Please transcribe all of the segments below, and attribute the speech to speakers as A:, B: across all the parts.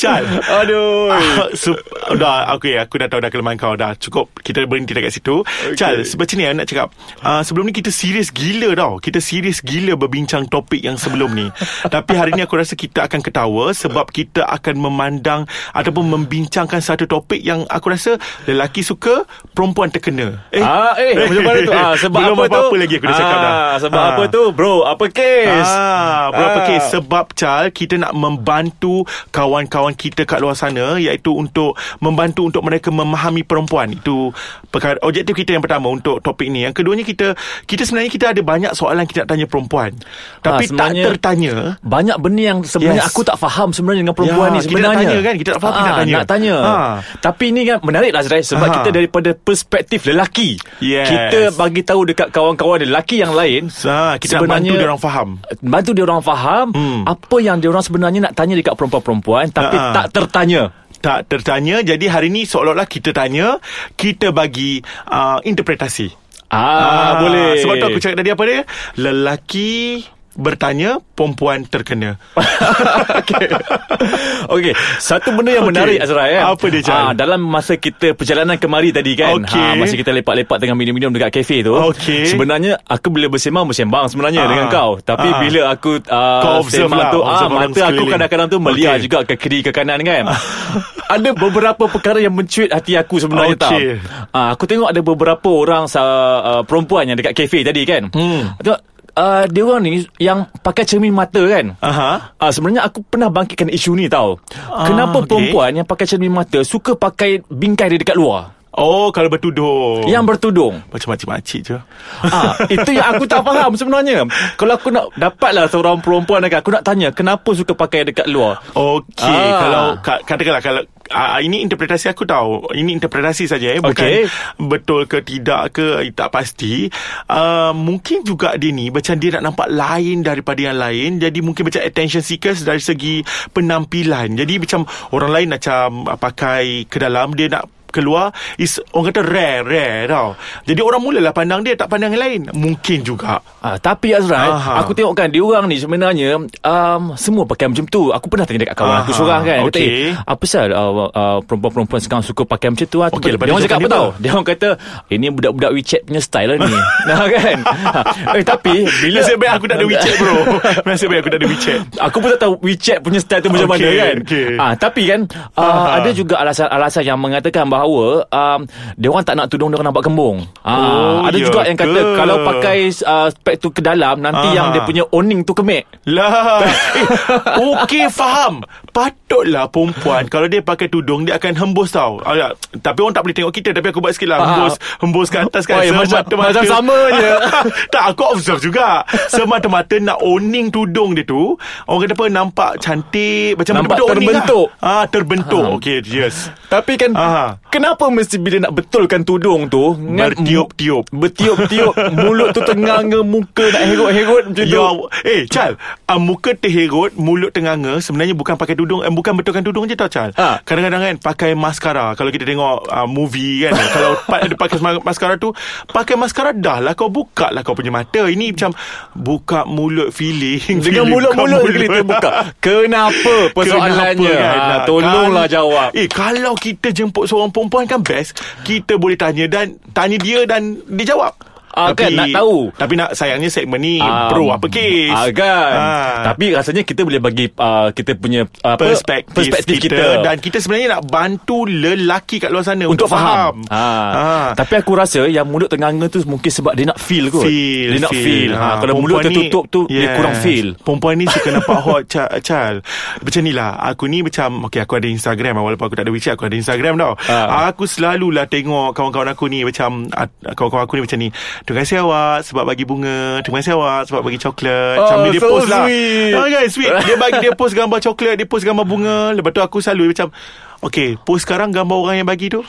A: Chan
B: Aduh.
A: Ah, sup, dah okay, aku dah tahu dah kelemahan kau dah cukup kita berhenti dekat situ okay. Chal sebab ni aku nak cakap uh, sebelum ni kita serius gila tau kita serius gila berbincang topik yang sebelum ni tapi hari ni aku rasa kita akan ketawa sebab kita akan memandang ataupun membincangkan satu topik yang aku rasa lelaki suka perempuan terkena eh
B: Ah, eh, macam mana tu? Ah, sebab
A: Belum
B: apa tu?
A: apa-apa lagi aku dah cakap dah.
B: Sebab
A: Ah.
B: apa tu, bro? Apa kes?
A: Ah, berapa
B: Ah.
A: kes sebab Chal kita nak membantu kawan-kawan kita kat luar sana iaitu untuk membantu untuk mereka memahami perempuan. Itu perkara objektif kita yang pertama untuk topik ni. Yang keduanya kita kita sebenarnya kita ada banyak soalan kita nak tanya perempuan. Tapi ha, tak
B: Ah, sebenarnya-
A: tertanya.
B: Banyak benda yang sebenarnya
A: Yes.
B: yes. aku tak faham sebenarnya dengan
A: Ya,
B: perempuan ni
A: kita
B: sebenarnya.
A: nak tanya kan? Kita tak faham, kita
B: Ah,
A: nak tanya.
B: Nak tanya.
A: Ha.
B: Tapi ni kan menarik lah Zrai sebab
A: Ha.
B: kita daripada perspektif lelaki.
A: Yes.
B: Kita bagi tahu dekat kawan-kawan lelaki yang lain.
A: Ha, kita nak bantu dia orang faham.
B: Bantu dia orang faham
A: Hmm.
B: apa yang dia orang sebenarnya nak tanya dekat perempuan-perempuan tapi
A: Ha, ha.
B: tak tertanya.
A: Tak tertanya. Jadi hari ni seolah-olah kita tanya, kita bagi uh, interpretasi.
B: Ah, boleh.
A: Sebab tu aku cakap tadi apa dia? Lelaki bertanya, perempuan terkena.
B: Okey. Okey, satu benda yang
A: Okey.
B: menarik Azrai kan.
A: Apa dia, Chan?
B: Ah, dalam masa kita perjalanan kemari tadi kan.
A: Okey.
B: Ha, masa kita lepak-lepak dengan minum-minum dekat kafe tu.
A: Okey.
B: Sebenarnya aku bila bersembang bersembang
A: Ah.
B: sebenarnya dengan kau. Tapi
A: Ah.
B: bila aku ah,
A: Kau observe
B: sembang
A: lah,
B: tu ah,
A: observe orang
B: mata aku
A: sekeliling.
B: kadang-kadang tu
A: Okey.
B: meliar
A: Ah.
B: juga ke kiri ke kanan kan. ada beberapa perkara yang mencuit hati aku sebenarnya
A: Okey.
B: tau. Ah, aku tengok ada beberapa orang sa, uh, perempuan yang dekat kafe tadi kan.
A: Hmm.
B: Tengok uh, dia orang ni yang pakai cermin mata kan.
A: Aha.
B: Ah sebenarnya aku pernah bangkitkan isu ni tau. Kenapa
A: Ah, okey.
B: perempuan yang pakai cermin mata suka pakai bingkai dia dekat luar?
A: Oh, kalau bertuduh.
B: Yang bertudung.
A: Macam makcik-makcik je.
B: ah, itu yang aku tak faham sebenarnya. Kalau aku nak dapatlah seorang perempuan dekat aku nak tanya kenapa suka pakai dekat luar?
A: Okey, ah.
B: Ah.
A: kalau ka- katakanlah kalau ah, ini interpretasi aku tahu. Ini interpretasi saja eh, bukan
B: Okey.
A: betul ke tidak ke eh, tak pasti. Uh, mungkin juga dia ni macam dia nak nampak lain daripada yang lain. Jadi mungkin macam attention seekers dari segi penampilan. Jadi macam orang lain macam ah, pakai ke dalam dia nak keluar is orang kata rare rare tau. Jadi orang mulalah pandang dia tak pandang yang lain. Mungkin juga.
B: Ah, tapi Azrai,
A: Aha.
B: aku tengok kan dia orang ni sebenarnya um, semua pakai macam tu. Aku pernah tanya dekat kawan
A: Aha.
B: aku seorang kan. Kata,
A: Okey.
B: "Eh, apa sal uh, uh, perempuan-perempuan sekarang suka pakai macam tu? ah?"
A: Okey, lepas
B: dia
A: tu
B: orang cakap
A: jawapan
B: apa
A: dia
B: tau?
A: apa?
B: Dia orang kata, ini budak-budak WeChat punya style lah ni. nah, kan? Ha, eh, tapi bila...
A: Nasib baik aku tak ada WeChat bro. Nasib baik aku tak ada WeChat.
B: Aku pun tak tahu WeChat punya style tu macam
A: Okey,
B: mana kan.
A: okey.
B: Ah, tapi kan uh,
A: Faham.
B: ada juga alasan-alasan yang mengatakan bahawa um, dia orang tak nak tudung dia orang nampak gembung.
A: Oh,
B: Ah, ada
A: ya
B: juga yang kata
A: ke?
B: kalau pakai uh, spek tu ke dalam nanti
A: Aha.
B: yang dia punya owning tu kemik.
A: Lah eh, Okey faham Patutlah perempuan Kalau dia pakai tudung Dia akan hembus tau Alah, Tapi orang tak boleh tengok kita Tapi aku buat sikit lah Hembus Hembus ke atas kan
B: Oh, ya, Ah. macam-
A: Semata-mata-
B: macam sama je.
A: Tak aku observe juga Semata-mata nak owning tudung dia tu Orang kata apa Nampak cantik Macam
B: Nampak
A: betul-betul owning
B: terbentuk.
A: lah. ah, Terbentuk Okey yes
B: Tapi kan
A: Aha.
B: Kenapa mesti bila nak betulkan tudung tu ngan-
A: Bertiup-tiup.
B: Bertiup-tiup Mulut tu tenganga Muka nak herut-herut Macam tu
A: Ya, eh Chal, uh, muka terherut, mulut tenganga sebenarnya bukan pakai tudung, eh, bukan betulkan tudung je tau Chal.
B: Ha.
A: Kadang-kadang kan pakai maskara. Kalau kita tengok uh, movie kan, kalau pa- ada pakai sma- maskara tu, pakai maskara dah lah kau buka lah kau punya mata. Ini macam buka mulut feeling. feeling, Ha.
B: Dengan mulut-mulut
A: buka
B: sekali terbuka Kenapa persoalannya
A: Kenapa
B: ha,
A: Ah,
B: Tolonglah
A: kan-
B: jawab
A: Eh kalau kita jemput seorang perempuan kan best Kita boleh tanya dan Tanya dia dan dia jawab
B: Ah, kan, nak tahu.
A: Tapi nak sayangnya segmen ni
B: Um,
A: Pro Eh, apa kes
B: ah, kan
A: Ah.
B: Tapi rasanya kita boleh bagi uh, Kita punya uh, apa,
A: perspektif,
B: perspektif kita,
A: dan kita sebenarnya nak bantu lelaki kat luar sana
B: untuk faham.
A: Ha.
B: Ha. Tapi aku rasa yang mulut tenganga tu mungkin sebab dia nak feel kot.
A: Feel, Ah,
B: dia nak feel. Ha. Kalau
A: Perempuan
B: mulut tertutup tu dia kurang feel.
A: Perempuan ni suka nampak hot Chal, Chal. Macam ni lah Aku ni macam Okay aku ada Instagram lah, Walaupun aku tak ada WeChat Aku ada Instagram tau
B: Ah.
A: Aku selalulah tengok Kawan-kawan aku ni Macam ah, Kawan-kawan aku ni macam ni Terima kasih awak Sebab bagi bunga Terima kasih awak Sebab bagi coklat
B: Oh,
A: Sambil dia
B: so
A: post lah
B: sweet.
A: Ah, kan sweet Dia bagi dia post gambar coklat Dia post gambar bunga Lepas tu aku selalu macam Okay Post sekarang gambar orang yang bagi tu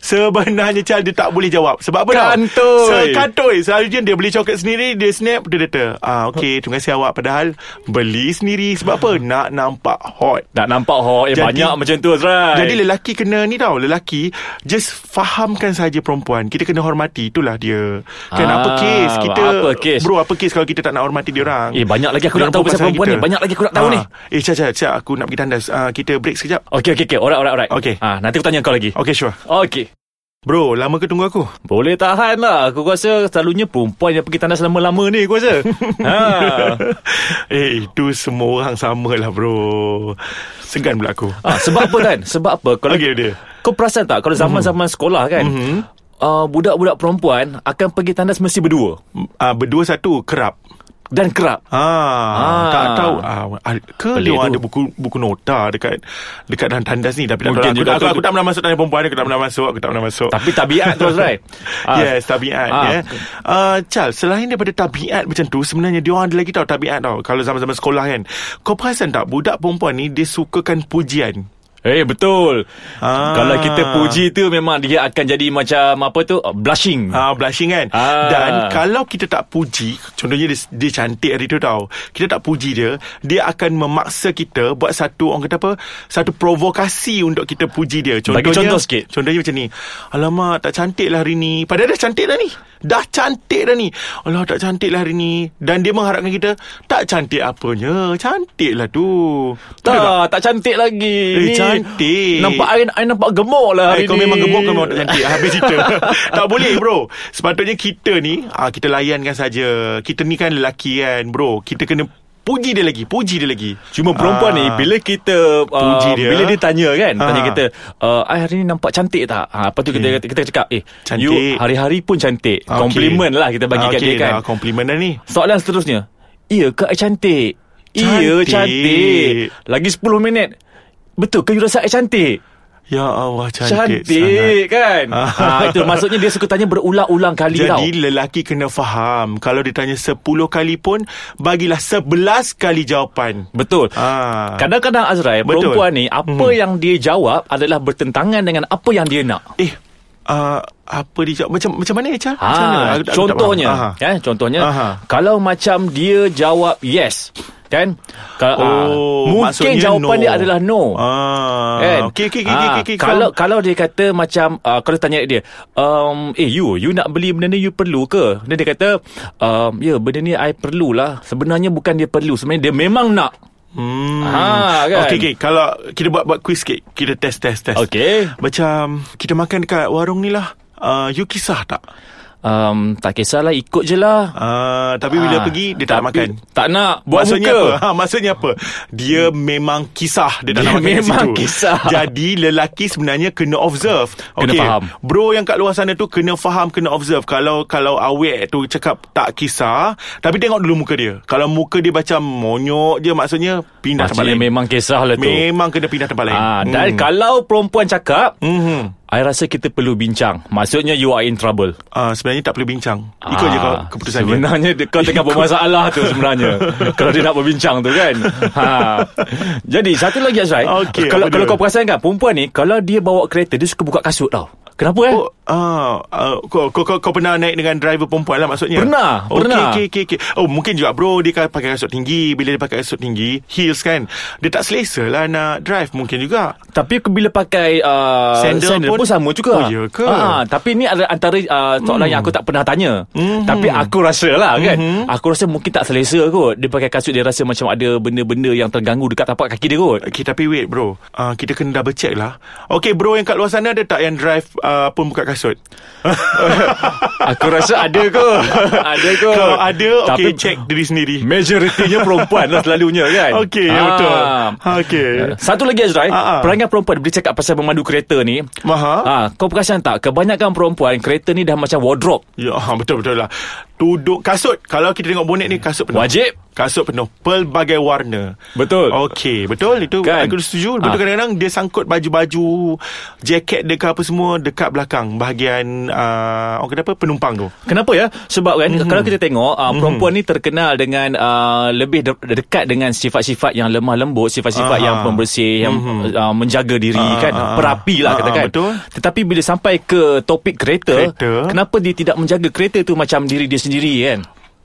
A: Sebenarnya Chal dia tak boleh jawab Sebab apa
B: Kantoi.
A: tau Sekantoi Seharusnya dia beli coklat sendiri Dia snap Dia kata ah, Okay terima kasih awak Padahal Beli sendiri Sebab apa Nak nampak hot
B: Nak nampak ho eh,
A: Jadi-
B: banyak macam tu Azrai.
A: jadi lelaki kena ni tau Lelaki Just fahamkan saja perempuan Kita kena hormati Itulah dia Kan
B: Ah,
A: apa kes Kita
B: apa kes?
A: Bro apa kes Kalau kita tak nak hormati dia orang
B: Eh, banyak lagi aku nak
A: Dia
B: tahu pasal perempuan
A: kita.
B: ni. Banyak lagi aku nak tahu
A: Ah.
B: ni.
A: Eh Cia Cia Cia Aku nak pergi tandas Ah, Kita break sekejap
B: Okey okey okey. Alright alright alright.
A: Okey.
B: Ah nanti aku tanya kau lagi.
A: Okay sure
B: Okey.
A: Bro lama ke tunggu aku
B: Boleh tahan lah. Aku rasa selalunya perempuan yang pergi tandas lama-lama ni aku rasa. ha.
A: Eh itu semua orang sama lah bro Segan pula aku
B: Ah, sebab apa kan? Sebab apa? Kalau
A: Okay dia
B: Kau perasan tak kalau zaman-zaman sekolah kan? Mm-hmm. Uh, budak-budak perempuan akan pergi tandas mesti berdua
A: Ah Berdua satu kerap
B: dan kerap.
A: Ah,
B: Ah.
A: tak tahu ah, ah, ke dia
B: Pelik
A: orang
B: tu.
A: ada buku buku nota dekat dekat dalam tandas ni tapi tak tahu lah.
B: Mungkin
A: aku,
B: juga
A: tak- aku,
B: tu-
A: aku tak pernah masuk tandas perempuan aku tak pernah masuk aku tak pernah masuk
B: Tapi tabiat terus right.
A: yes, tabiat
B: Ah.
A: ah. yeah. Uh, Charles, selain daripada tabiat macam tu Sebenarnya dia orang ada lagi tau tabiat tau Kalau zaman-zaman sekolah kan Kau perasan tak budak perempuan ni Dia sukakan pujian
B: Eh betul.
A: Ah.
B: Kalau kita puji tu memang dia akan jadi macam apa tu? uh, Blushing.
A: Ah, blushing kan
B: Ah.
A: Dan kalau kita tak puji Contohnya dia, dia cantik hari tu tau Kita tak puji dia Dia akan memaksa kita Buat satu Orang kata apa Satu provokasi Untuk kita puji dia Contohnya
B: Bagi contoh sikit.
A: Contohnya macam ni Alamak tak cantik lah hari ni Padahal dah cantik dah ni Dah cantik dah ni Alah tak cantik lah hari ni Dan dia mengharapkan kita Tak cantik apanya Cantik lah tu Betul
B: Tak, Ah, tak cantik lagi.
A: Eh, cantik.
B: Nampak Ain, Ain nampak gemuk
A: Eh,
B: lah hari
A: kau
B: ni.
A: memang gemuk kau memang tak cantik Habis cerita Tak boleh bro Sepatutnya kita ni ah, Kita layankan saja Kita ni kan lelaki kan bro Kita kena Puji dia lagi Puji dia lagi
B: Cuma perempuan
A: Ah.
B: ni bila kita
A: Puji
B: uh,
A: dia.
B: bila dia tanya
A: Ah.
B: kan,
A: Hmm.
B: tanya kita, uh, "Ai hari ni nampak cantik tak?" Ha, lepas tu kita kata- kita cakap, "Eh,
A: Cantik.
B: you hari-hari pun cantik."
A: Ah,
B: Compliment lah kita bagi
A: Ah,
B: kat
A: okay,
B: dia kan.
A: dah, Compliment dah ni
B: Soalan seterusnya. Ya ke I cantik? Iya
A: Cantik.
B: cantik. Lagi 10 minit. Betul ke you rasa I cantik?
A: Ya Allah
B: Cantik,
A: cantik, sangat
B: kan?
A: Ah.
B: ha, itu maksudnya dia suka tanya berulang-ulang kali tau.
A: Jadi lelaki kena faham Kalau ditanya 10 kali pun Bagilah 11 kali jawapan
B: Betul.
A: Ah.
B: Kadang-kadang
A: Betul.
B: Azrai,
A: Hmm.
B: perempuan ni apa yang dia jawab adalah bertentangan dengan apa yang dia nak.
A: Eh uh, Apa dia jawab Macam, macam mana Echa? macam mana?
B: Ha,
A: Aku tak- aku tak faham. Ah, Aha.
B: contohnya, eh, contohnya
A: Aha.
B: kalau macam dia jawab yes, kan? Kalau, ah, mungkin
A: Oh, maksudnya
B: jawapan dia adalah no.
A: Ah,
B: Kan?
A: Okey, okey, okey,
B: Ah,
A: okey, okey.
B: Kalau
A: faham.
B: kalau dia kata macam uh, kalau tanya dia, um, eh you, you nak beli benda ni you perlu ke? Dia dia kata, um, ya yeah, benda ni I perlulah. Sebenarnya bukan dia perlu, sebenarnya dia memang nak.
A: Hmm.
B: Ah, kan?
A: Okey, okey. Kalau kita buat buat quiz sikit. Kita test, test, test.
B: Okey.
A: Macam kita makan dekat warung ni lah. Uh, you kisah tak?
B: Um, tak kisahlah ikut je lah.
A: Uh, tapi bila
B: Ah,
A: pergi, dia tak nak makan.
B: tapi Tak nak buat
A: maksudnya
B: muka.
A: apa? Ha, maksudnya apa? Dia memang kisah dia tak
B: Dia
A: nak makan kat
B: memang
A: situ.
B: kisah.
A: Jadi lelaki sebenarnya kena observe.
B: Kena
A: Okey,
B: faham.
A: Bro yang kat luar sana tu kena faham, kena observe. Kalau kalau awek tu cakap tak kisah, tapi tengok dulu muka dia. Kalau muka dia macam monyok je maksudnya pindah tempat
B: Maksudnya
A: lain.
B: memang kisah lah
A: Ha,
B: tu.
A: memang kena pindah tempat lain. Hmm.
B: Ah, dan kalau perempuan cakap,
A: Mhm.
B: I rasa kita perlu bincang. Maksudnya you are in trouble.
A: Ah, sebenarnya tak perlu bincang. Ikut
B: Ah,
A: je kau keputusan dia.
B: Sebenarnya dia. kau tengah bermasalah tu sebenarnya. kalau dia nak berbincang tu kan. Ha. Jadi satu lagi Azrai.
A: Okey,
B: kalau
A: apa
B: kalau
A: dia?
B: kau perasan kan perempuan ni kalau dia bawa kereta dia suka buka kasut tau. Kenapa eh?
A: Oh, ah, ah, kau, kau, kau, kau pernah naik dengan driver perempuan lah maksudnya?
B: Pernah,
A: Okey,
B: pernah.
A: Okey, okey, okey. Oh, mungkin juga bro, dia kan pakai kasut tinggi. Bila dia pakai kasut tinggi, heels kan, dia tak selesa lah nak drive. Mungkin juga.
B: Tapi aku bila pakai uh, sandal,
A: Sandal
B: sandal pun,
A: pun-
B: pun sama juga.
A: Oh, ya ke?
B: Ha, tapi ni adalah antara uh, soalan mm. yang aku tak pernah tanya. Mm-hmm. Tapi aku rasa lah kan. Mm-hmm. Aku rasa mungkin tak selesa kot. Dia pakai kasut dia rasa macam ada benda-benda yang terganggu dekat tapak kaki dia kot.
A: Okay, tapi wait bro. Uh, kita kena double check lah. Okay, bro yang kat luar sana ada tak yang drive uh, pun buka kasut?
B: aku rasa ada kot. ada kot.
A: Kalau ada,
B: Tapi
A: okay, check diri sendiri.
B: Majoritinya perempuan lah selalunya kan.
A: Okey, ya betul. Ha, okey.
B: Satu lagi Azrai,
A: Ah, ah.
B: perangai perempuan bila cakap pasal memandu kereta ni.
A: Maha?
B: Ah, kau perasan tak? Kebanyakan perempuan kereta ni dah macam wardrobe.
A: Ya, ha, betul-betul lah. tuduk, kasut. Kalau kita tengok bonet ni kasut penuh.
B: Wajib.
A: Kasut penuh pelbagai warna.
B: Betul.
A: Okey, betul itu kan?
B: Kan?
A: aku setuju. Betul
B: Ah.
A: kadang-kadang dia sangkut baju-baju, jaket dia ke apa semua dekat belakang bahagian uh, orang kata apa penumpang tu.
B: Kenapa ya? Sebab kan
A: Mhm.
B: mm-hmm. kalau kita tengok uh, perempuan ni terkenal dengan uh, lebih de- dekat dengan sifat-sifat yang lemah lembut,
A: Aha.
B: sifat-sifat
A: Mhm.
B: yang pembersih, yang mm-hmm. uh, menjaga diri
A: Ah,
B: kan,
A: ah, ah.
B: perapi lah
A: Ah, ah,
B: katakan.
A: betul.
B: Tetapi bila sampai ke topik kereta,
A: Kereta.
B: kenapa dia tidak menjaga kereta tu macam diri dia sendiri kan?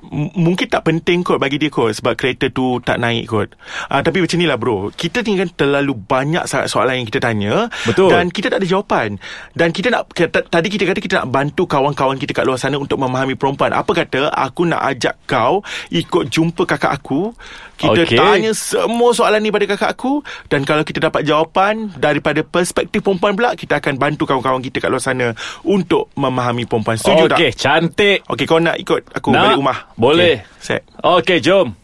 A: M- mungkin tak penting kot bagi dia kot sebab kereta tu tak naik kot. Uh, tapi macam ni lah bro, kita ni kan terlalu banyak sangat soalan yang kita tanya
B: Betul.
A: dan kita tak ada jawapan. Dan kita nak kita, tadi kita kata kita nak bantu kawan-kawan kita kat luar sana untuk memahami perempuan. Apa kata aku nak ajak kau ikut jumpa kakak aku, kita okay.
B: Okey.
A: tanya semua soalan ni pada kakak aku dan kalau kita dapat jawapan daripada perspektif perempuan pula, kita akan bantu kawan-kawan kita kat luar sana untuk memahami perempuan. Setuju tak?
B: Okey, cantik.
A: Okey kau nak ikut aku
B: Nak?
A: balik rumah
B: Boleh.
A: okay, Set
B: Okey, jom.